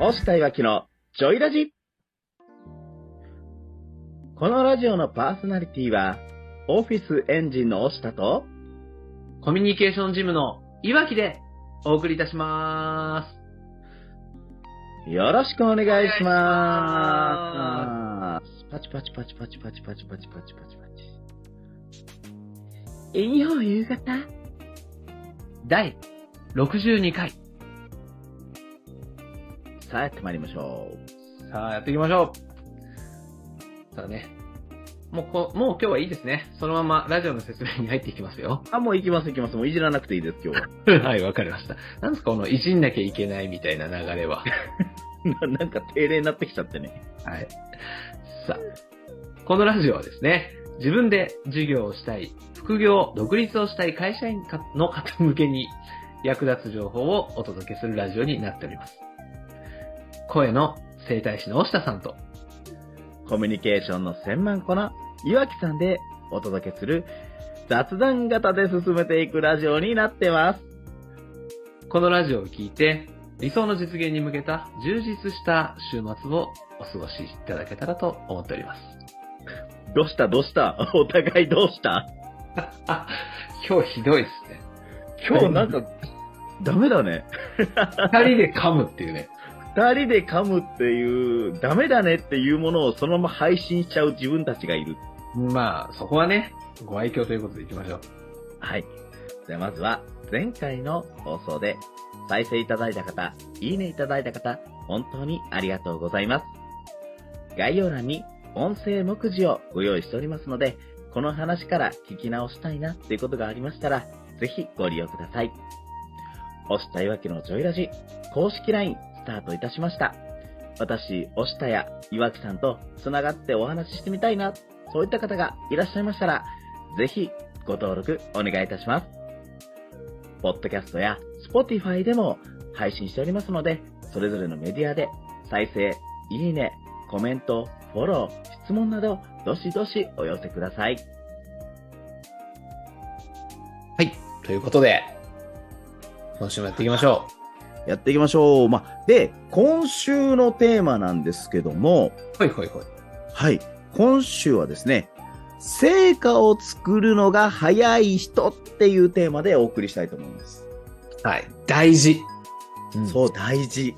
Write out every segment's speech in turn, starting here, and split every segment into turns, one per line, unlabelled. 押したいわきのジョイラジこのラジオのパーソナリティは、オフィスエンジンの押したと、
コミュニケーションジムのいわきでお送りいたしま
よろしくお願いします。パチパチパチパチパチパチパチパチパチパチ。引用夕方
す。第62回。
さあ、やってまいりましょ
さあ、やっていきましょう。さあね。もうこ、もう今日はいいですね。そのままラジオの説明に入っていきますよ。
う。あ、もう行きます行きます。もういじらなくていいです、今日は。
はい、わかりました。なんですか、この、いじんなきゃいけないみたいな流れは。
ななんか定例になってきちゃってね。
はい。さあ、このラジオはですね、自分で授業をしたい、副業、独立をしたい会社員かの方向けに役立つ情報をお届けするラジオになっております。声の整体師の押下さんと、
コミュニケーションの専門家の岩木さんでお届けする雑談型で進めていくラジオになってます。
このラジオを聞いて、理想の実現に向けた充実した週末をお過ごしいただけたらと思っております。
どうしたどうした お互いどうした
あ、今日ひどいですね。
今日なんか、 ダメだね。
二人で噛むっていうね。
二人で噛むっていう、ダメだねっていうものをそのまま配信しちゃう自分たちがいる。
まあ、そこはね、ご愛嬌ということでいきましょう。
はい。じゃあまずは、前回の放送で、再生いただいた方、いいねいただいた方、本当にありがとうございます。概要欄に音声目次をご用意しておりますので、この話から聞き直したいなっていうことがありましたら、ぜひご利用ください。押したいわけのジョイラジ、公式 LINE スタートいたしました。私、押したや岩木さんと繋がってお話ししてみたいな、そういった方がいらっしゃいましたら、ぜひご登録お願いいたします。ポッドキャストや Spotify でも配信しておりますので、それぞれのメディアで再生、いいね、コメント、フォロー、質問など、どしどしお寄せください。
はい。ということで、今週もやっていきましょ
やっていきましょう。まあ、で、今週のテーマなんですけども、
う。はいはいはい。
はい、今週はですね、成果を作るのが早い人っていうテーマでお送りしたいと思うんです。
はい。大事。そう。
そう、大事。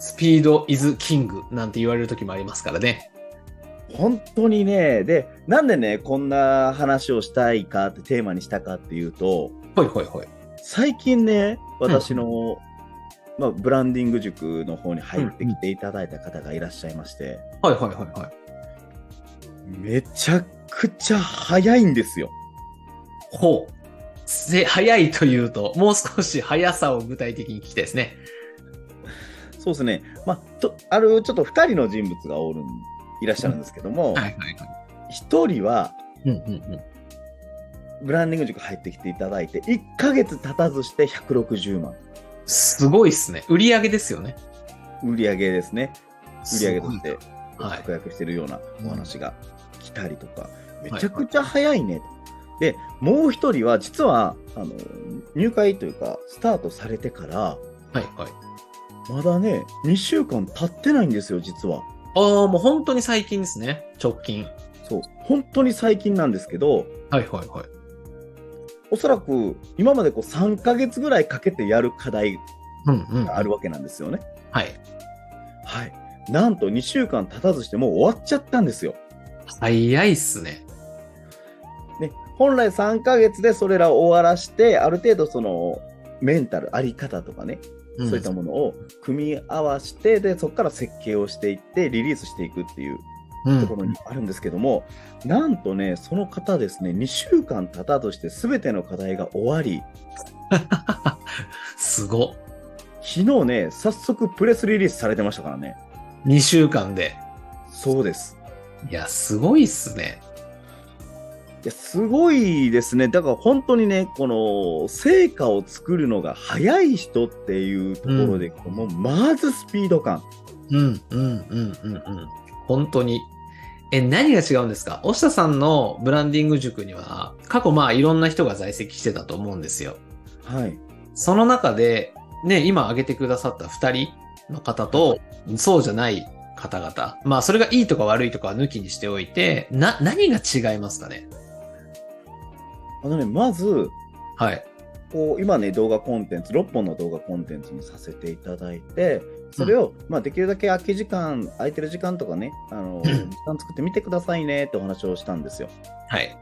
スピードイズキングなんて言われる時もありますからね。
本当にね、で、なんでね、こんな話をしたいかってテーマにしたかっていうと、
はいはいはい。
最近ね、私の、まあ、ブランディング塾の方に入ってきていただいた方がいらっしゃいまして、
はいはいはいはい。
めちゃくちゃ早いんですよ。
ほう。せ、早いというと、もう少し速さを具体的に聞きたいですね。
そうですね。まあ、と、ある、ちょっと2人の人物がおるん、いらっしゃるんですけども、
いはいはい。
1人は、
うんうんうん。
ブランディング塾入ってきていただいて、1ヶ月経たずして160万。
すごいっすね。売り上げですよね。
売り上げですね。売り上げとして。
すごい。はい。
確約してるようなお話が来たりとか、
い
めちゃくちゃ早いね、でもう一人は実はあの入会というかスタートされてから
はいはい。
まだね2週間経ってないんですよ実は
ああ、もう本当に最近ですね。直近。
そう本当に最近なんですけど
はいはいはい。
おそらく今までこう3ヶ月ぐらいかけてやる課題
うんうん。
があるわけなんですよね、
はい。
はいなんと2週間経たずしてもう終わっちゃったんですよ
早いっすね。
ね、本来3ヶ月でそれらを終わらして、ある程度そのメンタル、あり方とかね、そういったものを組み合わせて、で、そこから設計をしていって、リリースしていくっていう
うん
ところにあるんですけども、なんとね、その方ですね、2週間経ったとして全ての課題が終わり、
すご。
昨日ね、早速プレスリリースされてましたからね。
2週間で。
そうです。
いや、すごいっすね。
いや、すごいですね。だから本当にね、この成果を作るのが早い人っていうところで、
うん
このまずスピード感。
うん、うん、うん、うん、うん。本当に。え、何が違うんですか押下さんのブランディング塾には、過去まあいろんな人が在籍してたと思うんですよ。
はい。
その中で、ね、今挙げてくださった2人の方と、そうじゃない方々。まあ、それがいいとか悪いとかは抜きにしておいて、な、何が違いますかね
あのね、まず、
はい。
こう、今ね、動画コンテンツ、6本の動画コンテンツにさせていただいて、それを、まあ、できるだけ空き時間、空いてる時間とかね、あの、時間作ってみてくださいねってお話をしたんですよ。
はい。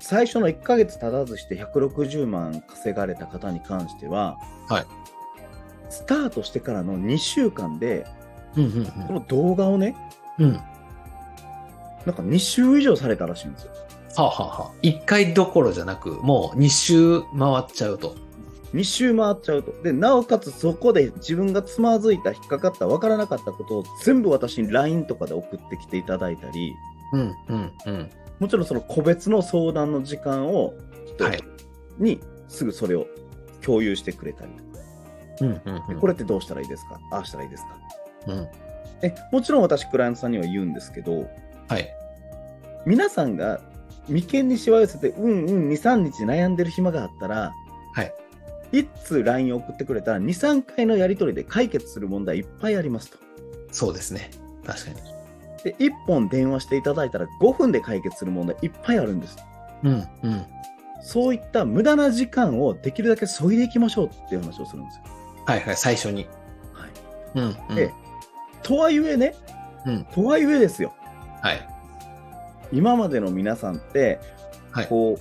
最初の1ヶ月経たずして160万稼がれた方に関しては、
はい
スタートしてからの2週間で、
うん
この動画をね、
うんうん。うん。は
なんか2週以上されたらしいんですよ。
あ、はあはあ、一回どころじゃなく、もう二周回っちゃうと。
2周回っちゃうと。で、なおかつそこで自分がつまずいた、引っかかった、わからなかったことを全部私に LINE とかで送ってきていただいたり、
うんうんうん。
もちろんその個別の相談の時間を人
はい
にすぐそれを共有してくれたりとか、
うんうん、うん。
これってどうしたらいいですかああしたらいいですか
うん。
えもちろん私、クライアントさんには言うんですけど、
はい。
皆さんが眉間にしわ寄せて、うんうん、2、3日悩んでる暇があったら、
はい。
いつ LINE を送ってくれたら、2、3回のやり取りで解決する問題いっぱいありますと。
そうですね。確かに。
で、1本電話していただいたら、5分で解決する問題いっぱいあるんです。
うんうん。
そういった無駄な時間をできるだけ削いでいきましょうっていう話をするんですよ。
はいはい、最初に。
はい。
うん、うん。
でとはいえね、
うん
とはいえですよ。
はい。
今までの皆さんって、
はい
こう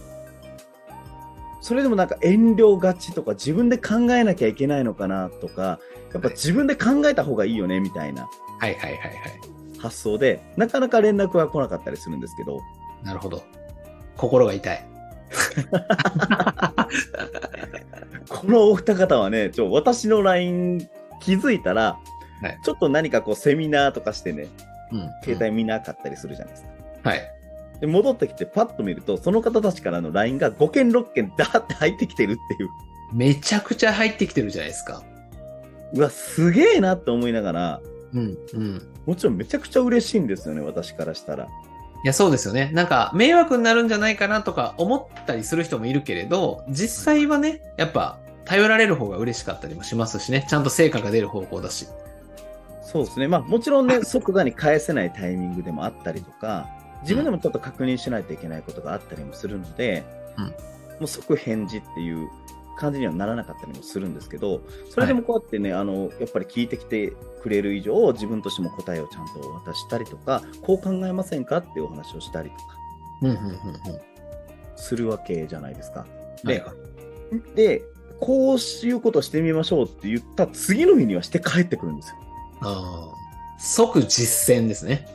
それでもなんか遠慮がちとか自分で考えなきゃいけないのかなとかやっぱ自分で考えた方がいいよねみたいな
はいはいはいはい。
発想でなかなか連絡が来なかったりするんですけど
なるほど。心が痛い。
このお二方はねちょ私の LINE 気づいたら、
はい
ちょっと何かこうセミナーとかしてね
うん。
携帯見なかったりするじゃないですか。
帯。はい。
で戻ってきてパッと見るとその方たちからの LINE が5件6件ダーって入ってきてるっていう
めちゃくちゃ入ってきてるじゃないですか。
うわすげえなって思いながら
うんうん。い
もちろんめちゃくちゃ嬉しいんですよね、私からしたら。
や、そうですよね。なんか、迷惑になるんじゃないかなとか思ったりする人もいるけれど、実際はね、やっぱ、頼られる方が嬉しかったりもしますしね。ちゃんと成果が出る方向だし。
そうですね。まあもちろん ね、即座に返せないタイミングでもあったりとか、自分でもちょっと確認しないといけないことがあったりもするので、
うん
もう即返事っていう感じにはならなかったりもするんですけど、それでもこうやってね、あの、やっぱり聞いてきてくれる以上、自分としても答えをちゃんとお渡ししたりとか、こう考えませんかっていうお話をしたりとか
うんうんうんうん。
するわけじゃないですか。
はい
で、で、こういうことしてみましょうって言った次の日にはして帰ってくるんですよ。
ああ。即実践ですね。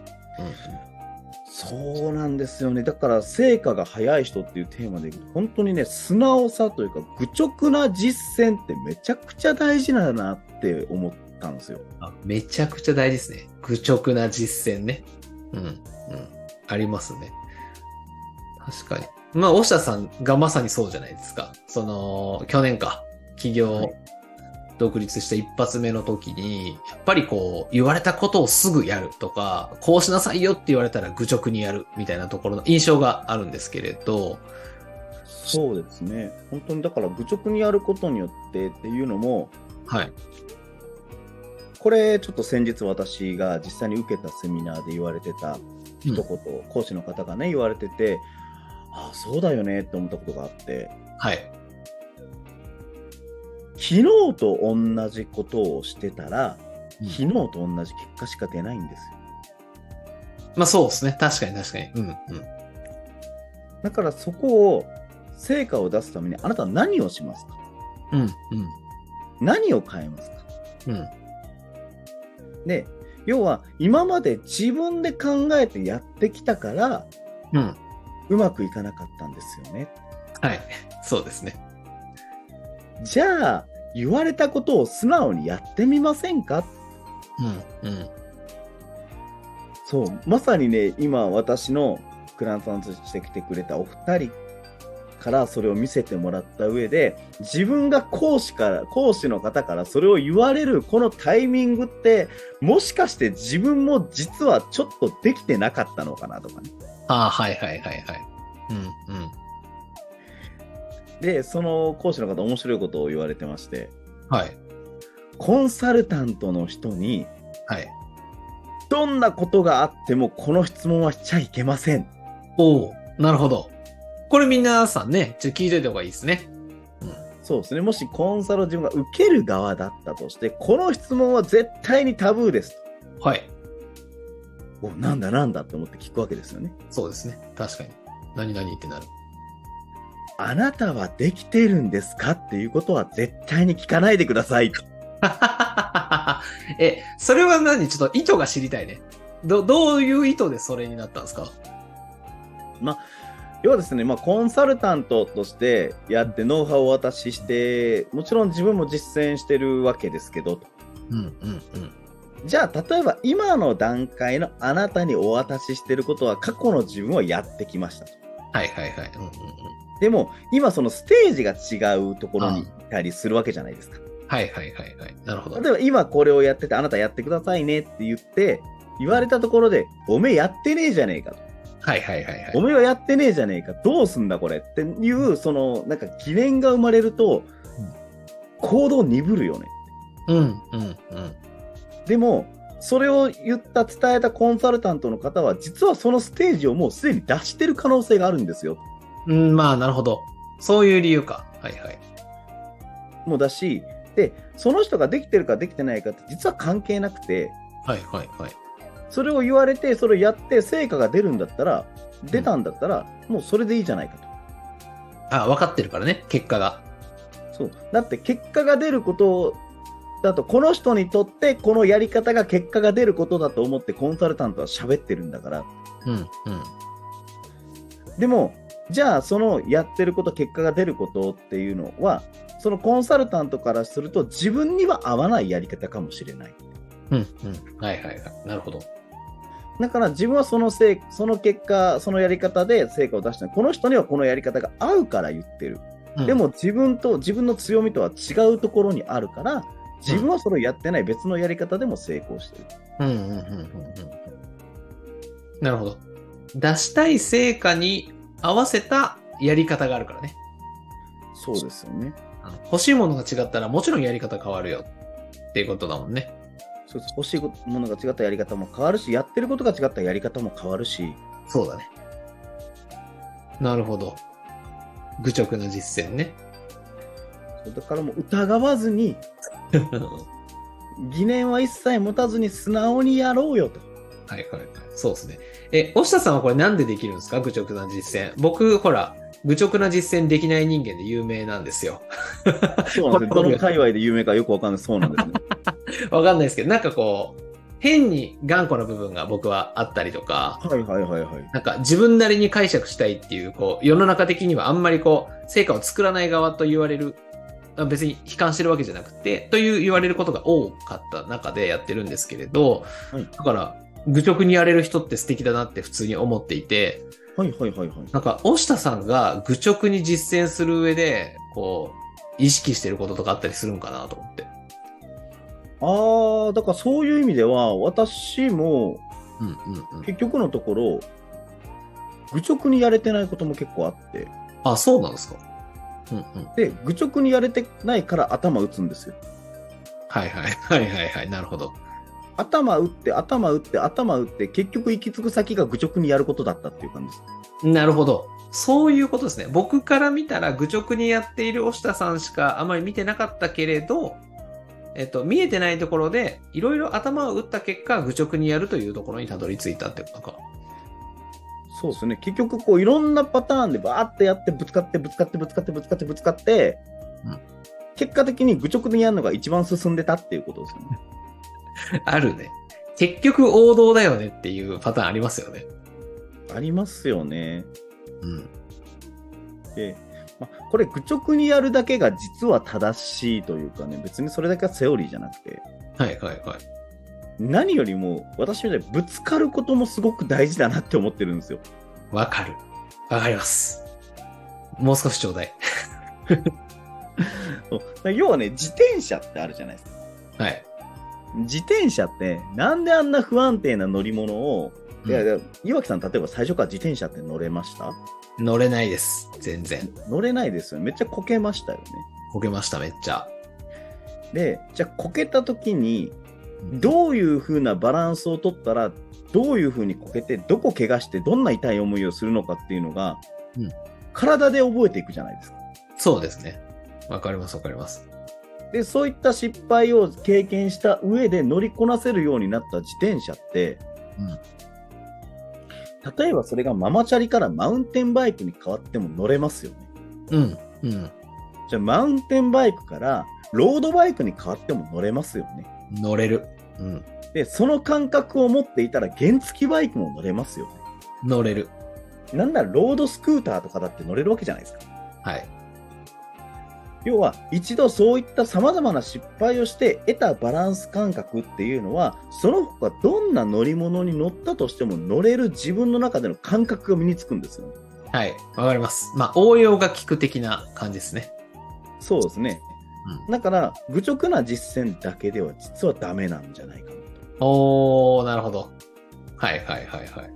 そうなんですよね。だから、成果が早い人っていうテーマで、本当にね、素直さというか、愚直な実践ってめちゃくちゃ大事だなって思ったんですよ。
あめちゃくちゃ大事ですね。愚直な実践ね。うん。うん。ありますね。確かに。まあ、オシャさんがまさにそうじゃないですか。その、去年か、企
は
業
い
独立した一発目の時に、やっぱりこう、言われたことをすぐやるとか、こうしなさいよって言われたら愚直にやるみたいなところの印象があるんですけれど、
そうですね。本当に、だから、愚直にやることによってっていうのも、
はい。
これ、ちょっと先日私が実際に受けたセミナーで言われてた一言、講師の方がね、言われてて、ああ、そうだよねって思ったことがあって、
はい。
昨日と同じことをしてたら、
うん
昨日と同じ結果しか出ないんですよ。
まあそうですね。確かに確かに。うん、うん。
だからそこを、成果を出すためにあなたは何をしますか
うん、うん、
何を変えますか
うん。
で、要は今まで自分で考えてやってきたから、
うん。
うまくいかなかったんですよね。
はい。そうですね。
じゃあ、言われたことを素直にやってみませんか
うん、うん。
そう、まさにね、今私のクランさんとして来てくれたお二人からそれを見せてもらった上で、自分が講師から、講師の方からそれを言われるこのタイミングって、もしかして自分も実はちょっとできてなかったのかなとかね。
ああ、はいはいはいはい。うんうん。
で、その講師の方面白いことを言われてまして、
はい。
コンサルタントの人に、
はい。
どんなことがあってもこの質問はしちゃいけません。
おおなるほど。これ皆さんね、ちょっと聞いといた方がいいですね。
そうですね。もしコンサルを自分が受ける側だったとして、この質問は絶対にタブーです
はい。
と。お、なんだなんだって思って聞くわけですよね。
そうですね。確かに。何々ってなる。
あなたはできてるんですかっていうことは絶対に聞かないでください。
え、それは何ちょっと意図が知りたいね。ど、どういう意図でそれになったんですか
要はですね、まあ、コンサルタントとしてやってノウハウをお渡しして、もちろん自分も実践してるわけですけど、
うんうんうん。
じゃあ、例えば今の段階のあなたにお渡ししてることは過去の自分はやってきましたと。
はいはいはい。うんうん
でも、今そのステージが違うところにいたりするわけじゃないですか。
うん。はいはいはいはい。なるほど。
例えば今これをやってて、あなたやってくださいねって言って、言われたところで、おめえやってねえじゃねえかと。
はいはいはいはい。
おめえはやってねえじゃねえか。どうすんだこれっていう、その、なんか疑念が生まれると
うん、
行動鈍るよね。
うんうんうん。
でも、それを言った伝えたコンサルタントの方は、実はそのステージをもうすでに出してる可能性があるんですよ。
うん、まあなるほど。そういう理由か。はいはい。
もうだし、で、その人ができてるかできてないかって実は関係なくて、
はいはいはい。
それを言われて、それをやって成果が出るんだったら、出たんだったら、もうそれでいいじゃないかと。
あ、分かってるからね、結果が。
そう。だって結果が出ることだと、この人にとってこのやり方が結果が出ることだと思ってコンサルタントは喋ってるんだから。
うんうん。
でも、じゃあそのやってること、結果が出ることっていうのは、そのコンサルタントからすると自分には合わないやり方かもしれない。
うんうん。はいはいはい。なるほど。
だから自分はそのせいその結果、そのやり方で成果を出したこの人にはこのやり方が合うから言ってる。
うん
でも、自分と自分の強みとは違うところにあるから、自分はそれをやってない別のやり方でも成功してる。
うんうんうんうんうん。なるほど。出したい成果に合わせたやり方があるからね。
そうですよね。
あの欲しいものが違ったらもちろんやり方変わるよっていうことだもんね。
そうです欲しいものが違ったやり方も変わるし、やってることが違ったやり方も変わるし、
そうだね。なるほど。愚直な実践ね。
だからもう疑わず に、疑念は一切持たずに素直にやろうよと。
はいはいはい。そうですね。え、押下さんはこれなんでできるんですか愚直な実践。僕、ほら、愚直な実践できない人間で有名なんですよ。
そうなん ですよ。どの界隈で有名かよくわかんない。そうなんです ね。
わかんないですけど、なんかこう、変に頑固な部分が僕はあったりとか、
はいはいはいはい。
なんか自分なりに解釈したいっていう、こう、世の中的にはあんまりこう、成果を作らない側と言われる、あ別に悲観してるわけじゃなくて、という言われることが多かった中でやってるんですけれど、
はい
だから、愚直にやれる人って素敵だなって普通に思っていて、
はいはいはいはい。
なんか、押下さんが愚直に実践する上で、こう、意識してることとかあったりするんかなと思って。
ああ、だからそういう意味では、私も
うんうんうん。
結局のところ、愚直にやれてないことも結構あって、
あ、そうなんですか。うんうん。
で、愚直にやれてないから頭打つんですよ。
はいはいはいはいはい。なるほど。
頭打って、頭打って、頭打って、結局行き着く先が愚直にやることだったっていう感じです。
なるほど。そういうことですね。僕から見たら愚直にやっている押下さんしかあまり見てなかったけれど、えっと、見えてないところで、いろいろ頭を打った結果、愚直にやるというところにたどり着いたってことか。
そうですね。結局、こう、いろんなパターンでバーってやって、ぶつかって、ぶつかって、ぶつかって、ぶつかって、ぶつかって、
うん
結果的に愚直にやるのが一番進んでたっていうことですよね。
あるね。結局王道だよねっていうパターンありますよね。
ありますよね。
うん。
で、まあ、これ愚直にやるだけが実は正しいというかね別にそれだけはセオリーじゃなくて
はいはいはい。
何よりも私みたいにぶつかることもすごく大事だなって思ってるんですよ
わかる。わかります。もう少しちょうだい。
そうだから要はね自転車ってあるじゃないですか
はい。
自転車ってなんであんな不安定な乗り物をいやいや岩木さん例えば最初から自転車って乗れました
乗れないです。全然。
乗れないですよねめっちゃこけましたよね
こけました、めっちゃ。
で、じゃあこけた時に、どういう風なバランスを取ったら、どういう風にこけて、どこ怪我して、どんな痛い思いをするのかっていうのが、
うん
体で覚えていくじゃないですか。
そうですね。わかります、わかります。
で、そういった失敗を経験した上で乗りこなせるようになった自転車って、
うん
例えばそれがママチャリからマウンテンバイクに変わっても乗れますよね。
うん、うん。
じゃあマウンテンバイクからロードバイクに変わっても乗れますよね。
乗れる。うん、
で、その感覚を持っていたら原付バイクも乗れますよね。
乗れる。
なんならロードスクーターとかだって乗れるわけじゃないですか。
はい。
要は一度そういった様々な失敗をして得たバランス感覚っていうのはその他どんな乗り物に乗ったとしても乗れる自分の中での感覚が身につくんですよね。
はい、わかります。まあ、応用が効く的な感じですね。
そうですね。だから愚直な実践だけでは実はダメなんじゃないかなと。
おー、なるほど。はいはいはいはい。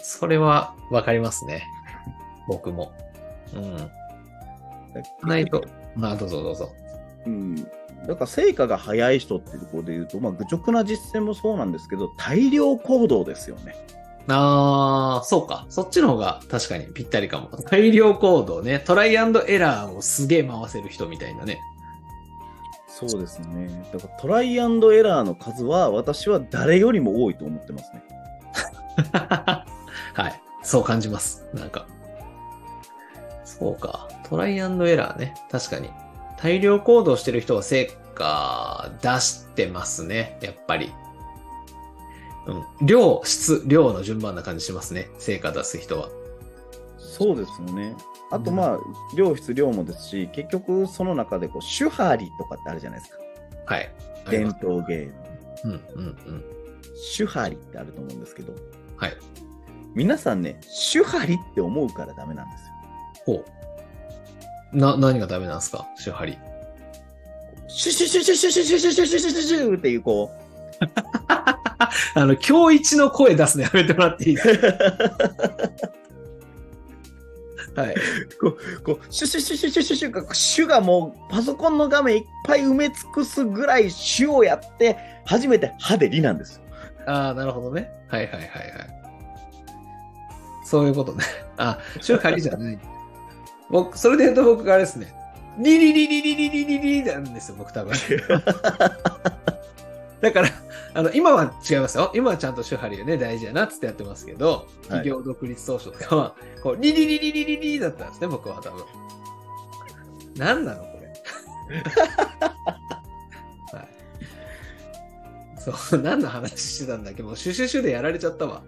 それはわかりますね。僕も。うん。ないと。まあ、どうぞどうぞ。
うん、だから成果が早い人っていうところで言うと、まあ、愚直な実践もそうなんですけど大量行動ですよね。
あー、そうか。そっちの方が確かにぴったりかも。大量行動ね。トライアンドエラーをすげえ回せる人みたいなね。
そうですね。だからトライアンドエラーの数は私は誰よりも多いと思ってますね。
はい。そう感じます。なんか。そうか。トライアンドエラーね。確かに。大量行動してる人は成果出してますね。やっぱり。うん。量、質、量の順番な感じしますね。成果出す人は。
そうですよね。あとまあ、量質量もですし、結局その中でこう、手張りとかってあるじゃないですか。
はい。あり
伝
ます
統芸能。
うん、うん、うん。
手張りってあると思うんですけど、
はい。
皆さんね、手張りって思うからダメなんですよ。
ほう。な、何がダメなんですか手張り。
シュシュシュシュシュシュシュシュシュシュシュシュシュっていうこう、
あの、今日一の声出すのや めてもらっていいですかはい。
こう、シュシュシュシュシュシュシュが、シュがもうパソコンの画面いっぱい埋め尽くすぐらいシュをやって、初めて歯でリなんですよ。
ああ、なるほどね。はいはいはいはい。そういうことね。あ、手張りじゃない。僕、それで言うと僕があれですね。リリリリリリリリリなんですよ、僕多分。だから、あの、今は違いますよ。今はちゃんと手張りがね、大事やなっつってやってますけど、
はい
企業独立当初とかは、こう、リリリリリリリだったんですね、僕は多分。なんなの、これ。そう、何の話してたんだっけもう、シュシュシュでやられちゃったわ。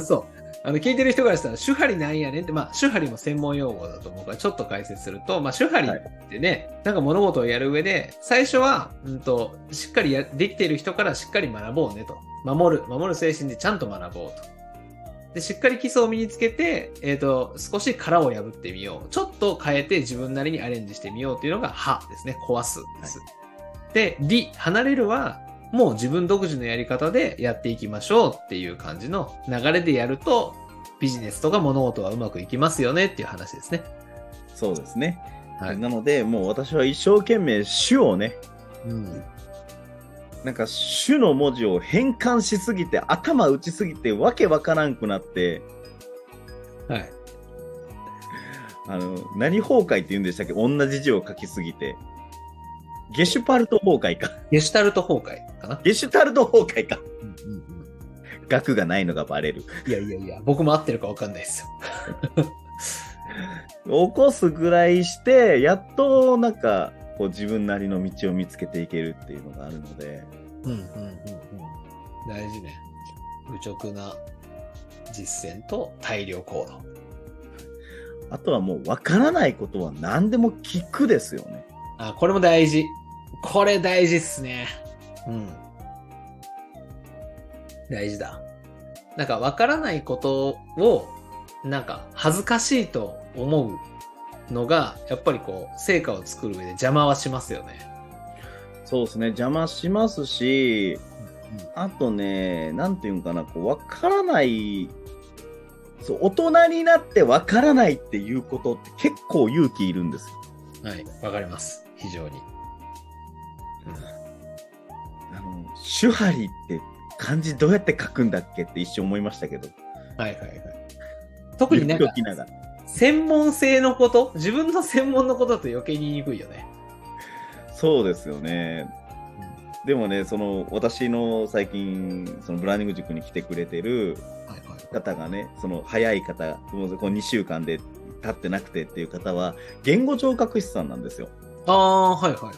そう。あの、聞いてる人からしたら、手張りなんやねんって、まあ、手張りも専門用語だと僕はちょっと解説すると、まあ、手張りってね、なんか物事をやる上で、最初は、うんと、しっかりやできている人からしっかり学ぼうねと。守る、守る精神でちゃんと学ぼうと。で、しっかり基礎を身につけて、えっ、と、少し殻を破ってみよう。ちょっと変えて自分なりにアレンジしてみようっていうのが、はですね。壊すです。で、り、離れるは、もう自分独自のやり方でやっていきましょうっていう感じの流れでやると、ビジネスとか物事はうまくいきますよねっていう話ですね。
そうですね。
はい
なので、もう私は一生懸命手をね、
うん。
なんか種の文字を変換しすぎて頭打ちすぎてわけわからんくなって
はい。
あの何崩壊って言うんでしたっけ同じ字を書きすぎてゲシュパルト崩壊か
ゲシュタルト崩壊かな。
ゲシュタルト崩壊か
うんうんうん。
額がないのがバレる
いやいやいや、僕も合ってるかわかんないですよ。
起こすぐらいしてやっとなんかこう自分なりの道を見つけていけるっていうのがあるので
うんうんうんうん。大事ね。愚直な実践と大量行動。
あとはもうわからないことは何でも聞くですよね
あ、これも大事。これ大事っすね。うん。大事だ。なんか、わからないことを、なんか、恥ずかしいと思うのが、やっぱりこう、成果を作る上で邪魔はしますよね。
そうですね邪魔しますしあとね、なんていうんかな、こう、わからない、そう、大人になってわからないっていうことって結構勇気いるんですよ。
はい、わかります。非常に。
あの、手張りって漢字どうやって書くんだっけって一瞬思いましたけど。
はいはいはい。特になんか
言っておき、ながら
専門性のこと、自分の専門のことだと余計に言いにくいよね。
そうですよね。でもね、その私の最近、そのブランディング塾に来てくれてる
はいはい。
方がね、その早い方、もうこの2週間で経ってなくてっていう方は、言語聴覚士さんなんですよ。
ああ、はいはいはい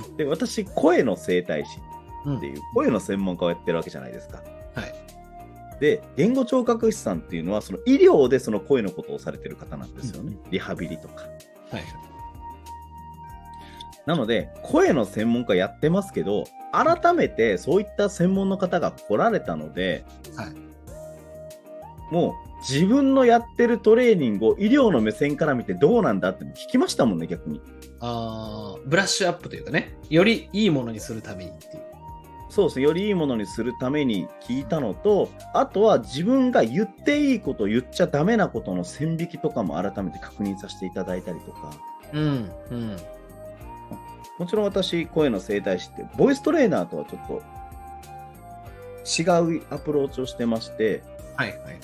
はい。
で、私、声の整体師
うん
っていう、声の専門家をやってるわけじゃないですか。
はい。
で、言語聴覚士さんっていうのは、その医療でその声のことをされてる方なんですよね。リハビリとか。
はい。
なので、声の専門家やってますけど、改めてそういった専門の方が来られたので、
はい
もう自分のやってるトレーニングを医療の目線から見てどうなんだって聞きましたもんね、逆に。
ああ、ブラッシュアップというかね、よりいいものにするためにっていう。
そうですね、よりいいものにするために聞いたのと、あとは自分が言っていいこと、言っちゃダメなことの線引きとかも改めて確認させていただいたりとか、
うん、うん。
もちろん私、声の整体師って、ボイストレーナーとはちょっと違うアプローチをしてまして、
はいはいはい。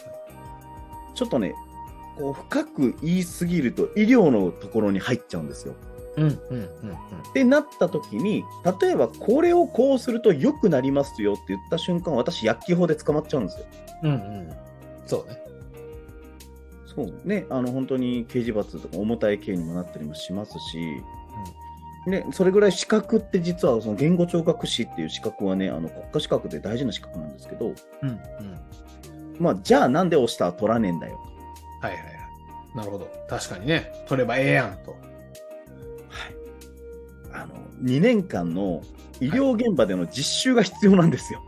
ちょっとね、こう深く言いすぎると医療のところに入っちゃうんですよ。
うん、うん、うん、うん。
ってなった時に、例えばこれをこうすると良くなりますよって言った瞬間、私、薬機法で捕まっちゃうんですよ。
うん、うん。そうね。
そうね、あの本当に刑事罰とか重たい刑にもなったりもしますし、ね、それぐらい資格って実はその言語聴覚士っていう資格はねあの国家資格で大事な資格なんですけど、
うん、うん。はい
まあ、じゃあなんで押したら取らねえんだよ
はいはい。なるほど。確かにね、取ればええやんと。
と、あの2年間の医療現場での実習が必要なんですよ。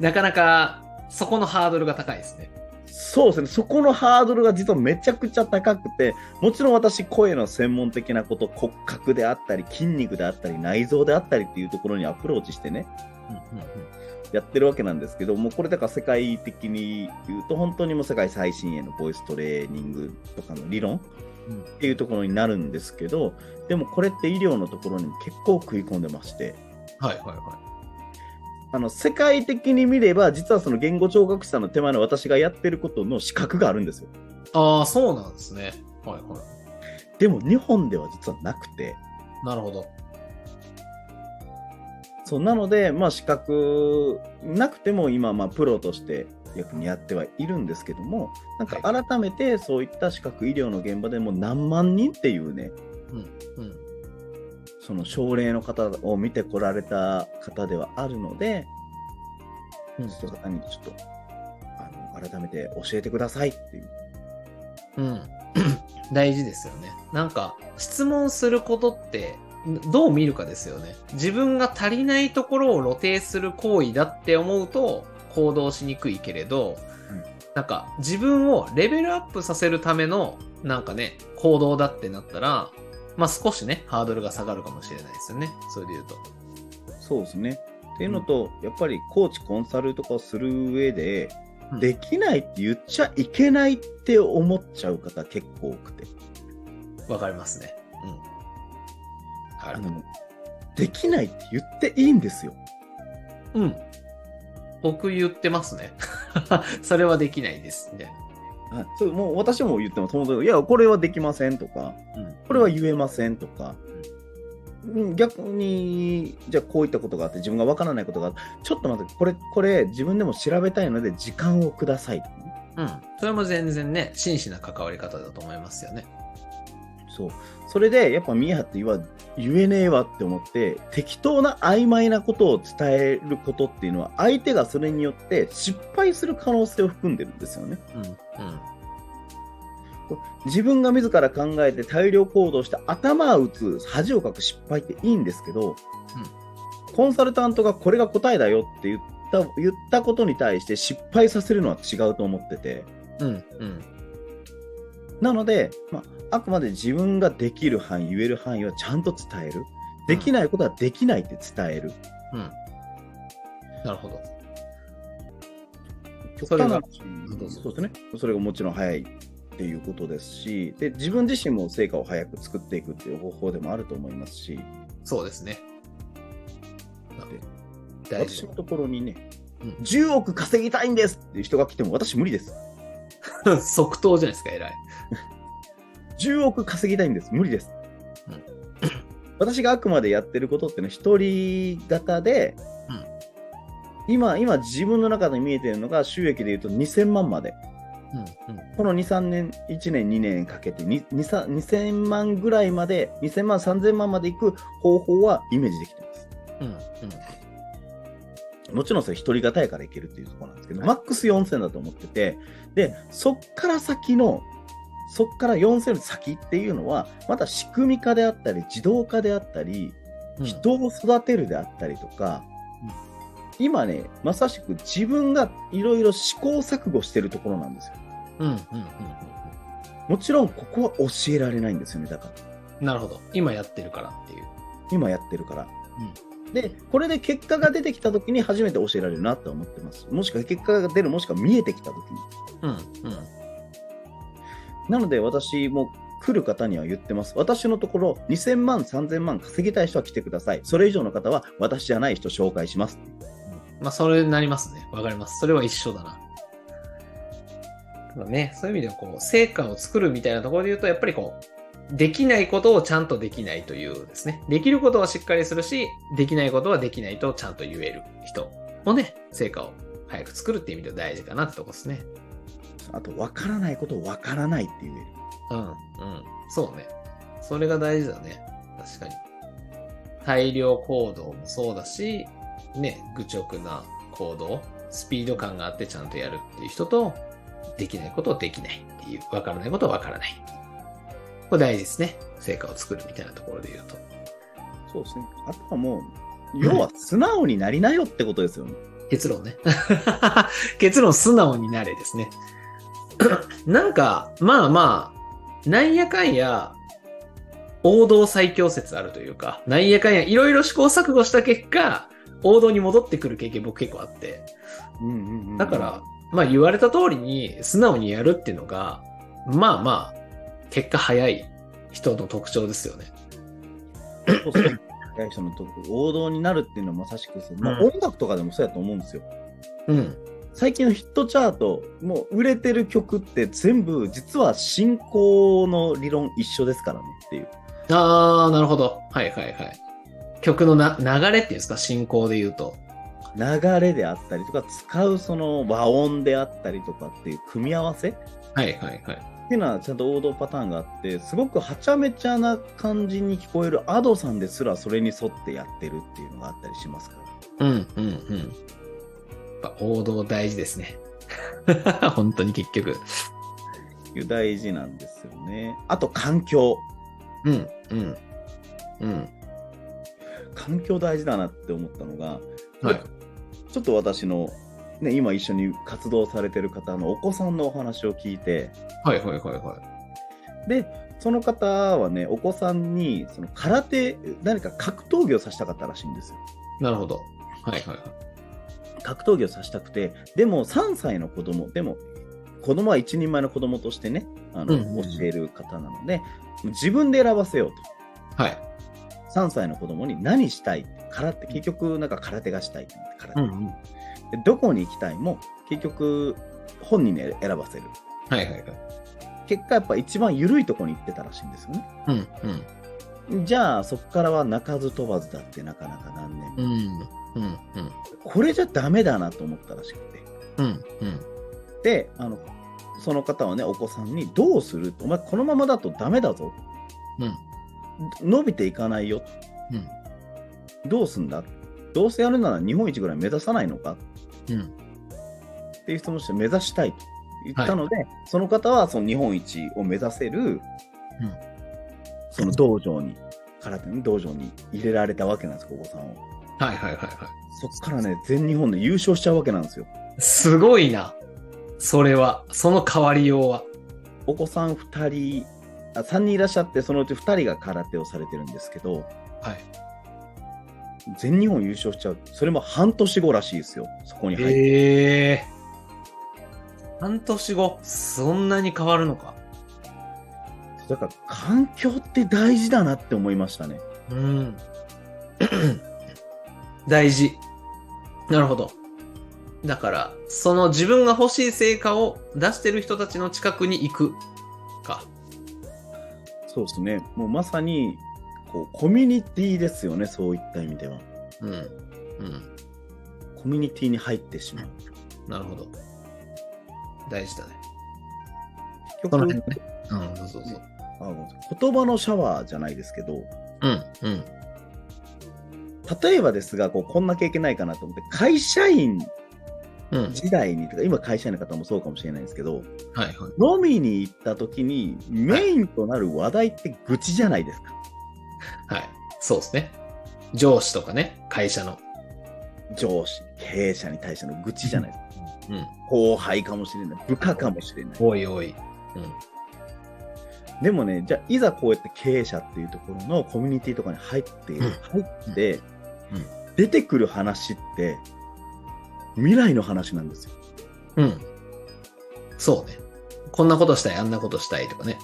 なかなか、そこのハードルが高いですね。
そうですねそこのハードルが実はめちゃくちゃ高くてもちろん私声の専門的なこと骨格であったり筋肉であったり内臓であったりっていうところにアプローチしてね
うん、うん、うん。
やってるわけなんですけどもうこれだから世界的に言うと本当にもう世界最新鋭のボイストレーニングとかの理論
うん
っていうところになるんですけどでもこれって医療のところにも結構食い込んでまして
はいはいは
あの世界的に見れば実はその言語聴覚士さんの手前の私がやってることの資格があるんですよ
い。ああ、そうなんですね。はいは
でも日本では実はなくて
い。なるほど。
そうなので、まあ、資格なくても今、まあ、プロとして役にやってはいるんですけどもなんか改めてそういった資格医療の現場でもう何万人っていうね
うん。
その症例の方を見てこられた方ではあるので、
うん
そういう方にちょっとあの改めて教えてくださいっていう。
うん。 大事ですよね。なんか、質問することって、んどう見るかですよね。自分が足りないところを露呈する行為だって思うと、行動しにくいけれど、
うん
なんか、自分をレベルアップさせるための、なんかね、行動だってなったら、まあ少しね、ハードルが下がるかもしれないですよね。それで言うと。
そうですねっていうのと、やっぱりコーチコンサルとかをする上で、
うん
できないって言っちゃいけないって思っちゃう方結構多くて。
わかりますね。うん。は
あの、できないって言っていいんですよ。
うん。僕言ってますね。 それはできないです。みたいな。
はい、そうもう私も言っても、その時いや、これはできませんとか、
うん
これは言えませんとか、うん逆に、じゃあこういったことがあって、自分がわからないことがあって、ちょっと待って、これ、これ、自分でも調べたいので、時間をくださいとかね
うん。それも全然ね、真摯な関わり方だと思いますよね。
そう。それで、やっぱ、ミーハって言わ言えねえわって思って、適当な曖昧なことを伝えることっていうのは、相手がそれによって失敗する可能性を含んでるんですよね。
うん。うん。
自分が自ら考えて大量行動して頭を打つ恥をかく失敗っていいんですけど、コンサルタントがこれが答えだよって言った言ったことに対して失敗させるのは違うと思ってて
うん。うん。
なので、まあ、あくまで自分ができる範囲言える範囲はちゃんと伝えるできないことはできないって伝える、
うん。なるほど。
極
それ
端
が
な
どうぞ
そうですねそれがもちろん早いっていうことですしで自分自身も成果を早く作っていくっていう方法でもあると思いますし
そうですね。大
私
事
の。ところにね、
うん
10億稼ぎたいんですっていう人が来ても私無理です。
即答じゃないですか、偉い。
10億稼ぎたいんです。無理です。
うん
私があくまでやってることってのは一人型で、
うん
今、今自分の中で見えてるのが収益で言うと2000万まで。
うん、うん。
この2、3年、1年、2年かけてににさ2000万ぐらいまで、2000万、3000万までいく方法はイメージできてます。
うん、うん。
もちろんそれ一人型やからいけるっていうところなんですけど、マックス4000だと思ってて、で、そっから先の、そっから4000の先っていうのは、また仕組み化であったり、自動化であったり、人を育てるであったりとか、今ね、まさしく自分がいろいろ試行錯誤してるところなんですよ。
うん、うん、うん。
もちろんここは教えられないんですよね、だから。
うんなるほど。今やってるからっていう。
今やってるから。で、これで結果が出てきたときに初めて教えられるなと思ってます。もしくは結果が出る、もしくは見えてきたときに。
うん、うん。
なので私も来る方には言ってます。私のところ2000万、3000万稼ぎたい人は来てください。それ以上の方は私じゃない人紹介します。
まあ、それになりますね。わかります。それは一緒だな。ただね、そういう意味では、こう、成果を作るみたいなところで言うと、やっぱりこう、できないことをちゃんとできないというですね。できることはしっかりするし、できないことはできないとちゃんと言える人もね、成果を早く作るっていう意味では大事かなってとこですね。
あと、わからないことをわからないって言える。
うん、うん。そうね。それが大事だね。確かに。大量行動もそうだし、ね、愚直な行動、スピード感があってちゃんとやるっていう人と、できないことをできないっていう、わからないことはわからない。これ大事ですね。成果を作るみたいなところで言うと。
そうですね。あとはもう、要は素直になりなよってことですよね。
結論ね。 結論素直になれですね。 なんか、まあまあ、なんやかんや、王道最強説あるというか、なんやかんや、いろいろ試行錯誤した結果、王道に戻ってくる経験僕結構あって。
うんうんうん
だから、まあ言われた通りに素直にやるっていうのが、まあまあ、結果早い人の特徴ですよね。
そうですね。若い人のと王道になるっていうのはまさしくその、まあ
うん
音楽とかでもそうやと思うんですよ。
うん。
最近のヒットチャート、もう売れてる曲って全部、実は進行の理論一緒ですからねっていう。
あー、なるほど。はいはいはい。曲のな流れっていうんですか、進行で言うと。
流れであったりとか、使うその和音であったりとかっていう組み合わせっ
はいはいはい。
ていうのはちゃんと王道パターンがあって、すごくはちゃめちゃな感じに聞こえるアドさんですらそれに沿ってやってるっていうのがあったりしますから。
うんうんうん。やっぱ王道大事ですね。 本当に結局。
いう大事なんですよね。あと環境。
うんうん。うん。
環境大事だなって思ったのが、
はい。
ちょっと私の、ね、今一緒に活動されてる方のお子さんのお話を聞いて、
はいはいはいはい。
で、その方はね、お子さんにその空手、何か格闘技をさせたかったらしいんですよ。
なるほど。はいはいはい。
格闘技をさせたくて、でも3歳の子供でも子供は一人前の子供としてね、あの
うんうんうん
教える方なので、自分で選ばせようと。
はい。
3歳の子供に何したい空手、結局なんか空手がしたいってなって空手、
ん。は
でどこに行きたいも結局本人に選ばせる。
いはいはい。
結果やっぱ一番緩いところに行ってたらしいんですよね。
うんうん。
じゃあそこからは鳴かず飛ばずだってなかなか何年も。
うんうんうん。
これじゃダメだなと思ったらしくて。
うんうん。
で、あの、その方はね、お子さんにどうするお前このままだとダメだぞ。
うん
伸びていかないよ。
うん
どうすんだどうせやるなら日本一ぐらい目指さないのか
うん。
っていう質問して目指したいと言ったので、その方はその日本一を目指せる、その道場に、空手の道場に入れられたわけなんです、お子さんを。
はいはいはいは
そっからね、全日本で優勝しちゃうわけなんですよ。
い。すごいな。それは。その変わりようは。
お子さん2人、あ3人いらっしゃって、そのうち2人が空手をされてるんですけど、
はい。
全日本優勝しちゃう。それも半年後らしいですよ、そこに入って。
ええー。半年後、そんなに変わるのか。
だから環境って大事だなって思いましたね。
うん。 大事。なるほど。だから、その自分が欲しい成果を出してる人たちの近くに行くか。
そうですね。もうまさに、こう、コミュニティですよね、そういった意味では。
うん。うん。
コミュニティに入ってしまう。
なるほど。大事だね。
結
その
局、
辺ね。うん、そうそうそう。
あごめんなさい言葉のシャワーじゃないですけど、
うん、うん。
例えばですが、こうこんな経験ないかなと思って、会社員
うん。
時代にとか、今会社員の方もそうかもしれないんですけど、
はいはい。
飲みに行った時にメインとなる話題って愚痴じゃないですか。
はい。そうですね。上司とかね、会社の。
上司、経営者に対しての愚痴じゃないですか。
うん。
後輩かもしれない、部下かもしれない。
おいおい。
でもね、じゃあ、いざこうやって経営者っていうところのコミュニティとかに入って、
ん
入って、
うん
出てくる話って、未来の話なんですよ。
うん。うん。そうね。こんなことしたい、あんなことしたいとかね。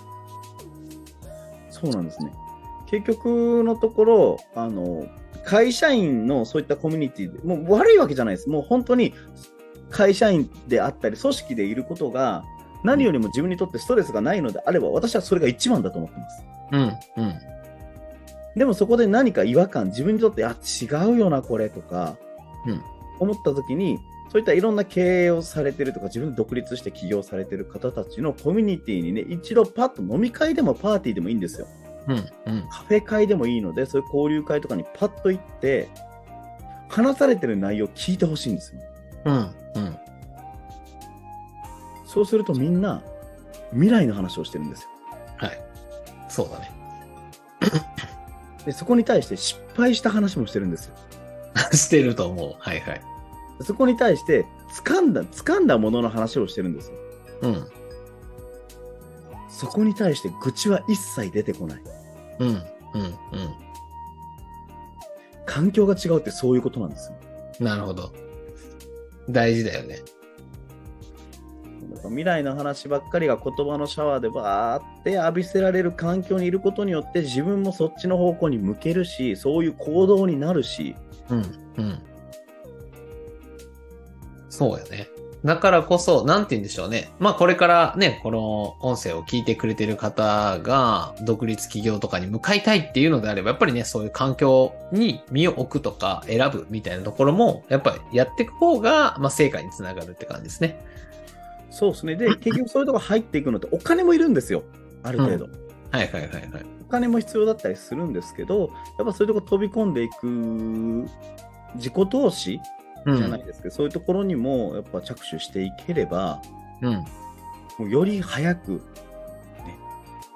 そうなんですね。結局のところ、あの、会社員のそういったコミュニティで、もう悪いわけじゃないです。もう本当に会社員であったり、組織でいることが、何よりも自分にとってストレスがないのであれば、私はそれが一番だと思ってます。
うん、うん。
でもそこで何か違和感、自分にとって、あ、違うよな、これとか、
うん
思った時に、そういったいろんな経営をされてるとか、自分で独立して起業されてる方たちのコミュニティにね、一度パッと飲み会でもパーティーでもいいんですよ。
うん、うん。
カフェ会でもいいので、そういう交流会とかにパッと行って、話されてる内容を聞いてほしいんですよ。
うん、うん。
そうするとみんな、未来の話をしてるんですよ。
はい。そうだね。
で、そこに対して失敗した話もしてるんですよ。
してると思う。はいはい。
そこに対して、掴んだ、掴んだものの話をしてるんですよ。
うん。
そこに対して愚痴は一切出てこない。
うん。うん。
環境が違うってそういうことなんですよ。
うん。なるほど。大事だよね。
だから未来の話ばっかりが言葉のシャワーでバーって浴びせられる環境にいることによって自分もそっちの方向に向けるし、そういう行動になるし、
うん。うん。そうよね。だからこそ、なんて言うんでしょうね。まあこれからね、この音声を聞いてくれてる方が、独立企業とかに向かいたいっていうのであれば、やっぱりね、そういう環境に身を置くとか選ぶみたいなところも、やっぱりやっていく方が、まあ成果につながるって感じですね。
そうです ね。で、結局そういうとこ入っていくのってお金もいるんですよ。ある程度。
はいはいはいはい。
お金も必要だったりするんですけど、やっぱそういうとこ飛び込んでいく自己投資
うん。
じゃないですけど、そういうところにもやっぱ着手していければ、
うん。
もうより早く、ね、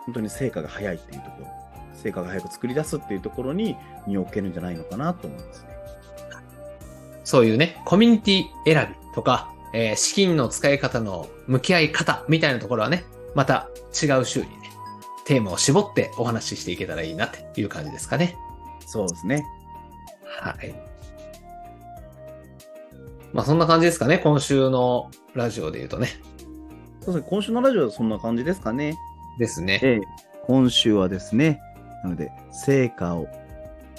本当に成果が早いっていうところ、成果が早く作り出すっていうところに身を置けるんじゃないのかなと思いますね。
そういうね、コミュニティ選びとか、えー資金の使い方の向き合い方みたいなところはね、また違う週にね、テーマを絞ってお話ししていけたらいいなっていう感じですかね。
そうですね。
はい。まあそんな感じですかね、今週のラジオで言うとね。
そうですね。今週のラジオはそんな感じですかね。
ですね。
ええ今週はですね、なので、成果を、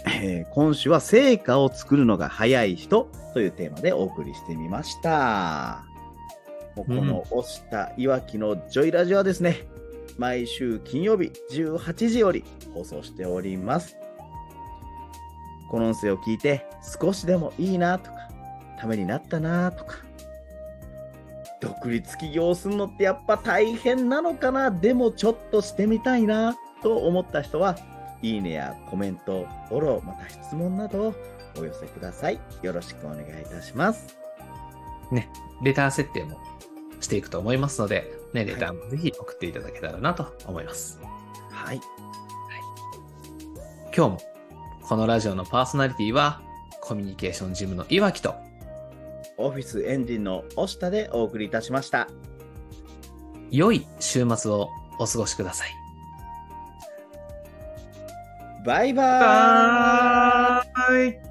えー今週は成果を作るのが早い人というテーマでお送りしてみました。もうこの押したいわきのジョイラジオはですね、毎週金曜日18時より放送しております。この音声を聞いて少しでもいいなとか、ためになったなとか、独立起業するのってやっぱ大変なのかなでもちょっとしてみたいなと思った人はいいねやコメントフォローまた質問などをお寄せくださいよろしくお願いいたします
レター設定もしていくと思いますので、ね、レターもぜひ送っていただけたらなと思います。
はい
今日もこのラジオのパーソナリティはコミュニケーションジムのいわきと
オフィスエンジンの押下でお送りいたしました
良い週末をお過ごしください。
バイバーイ
ーい。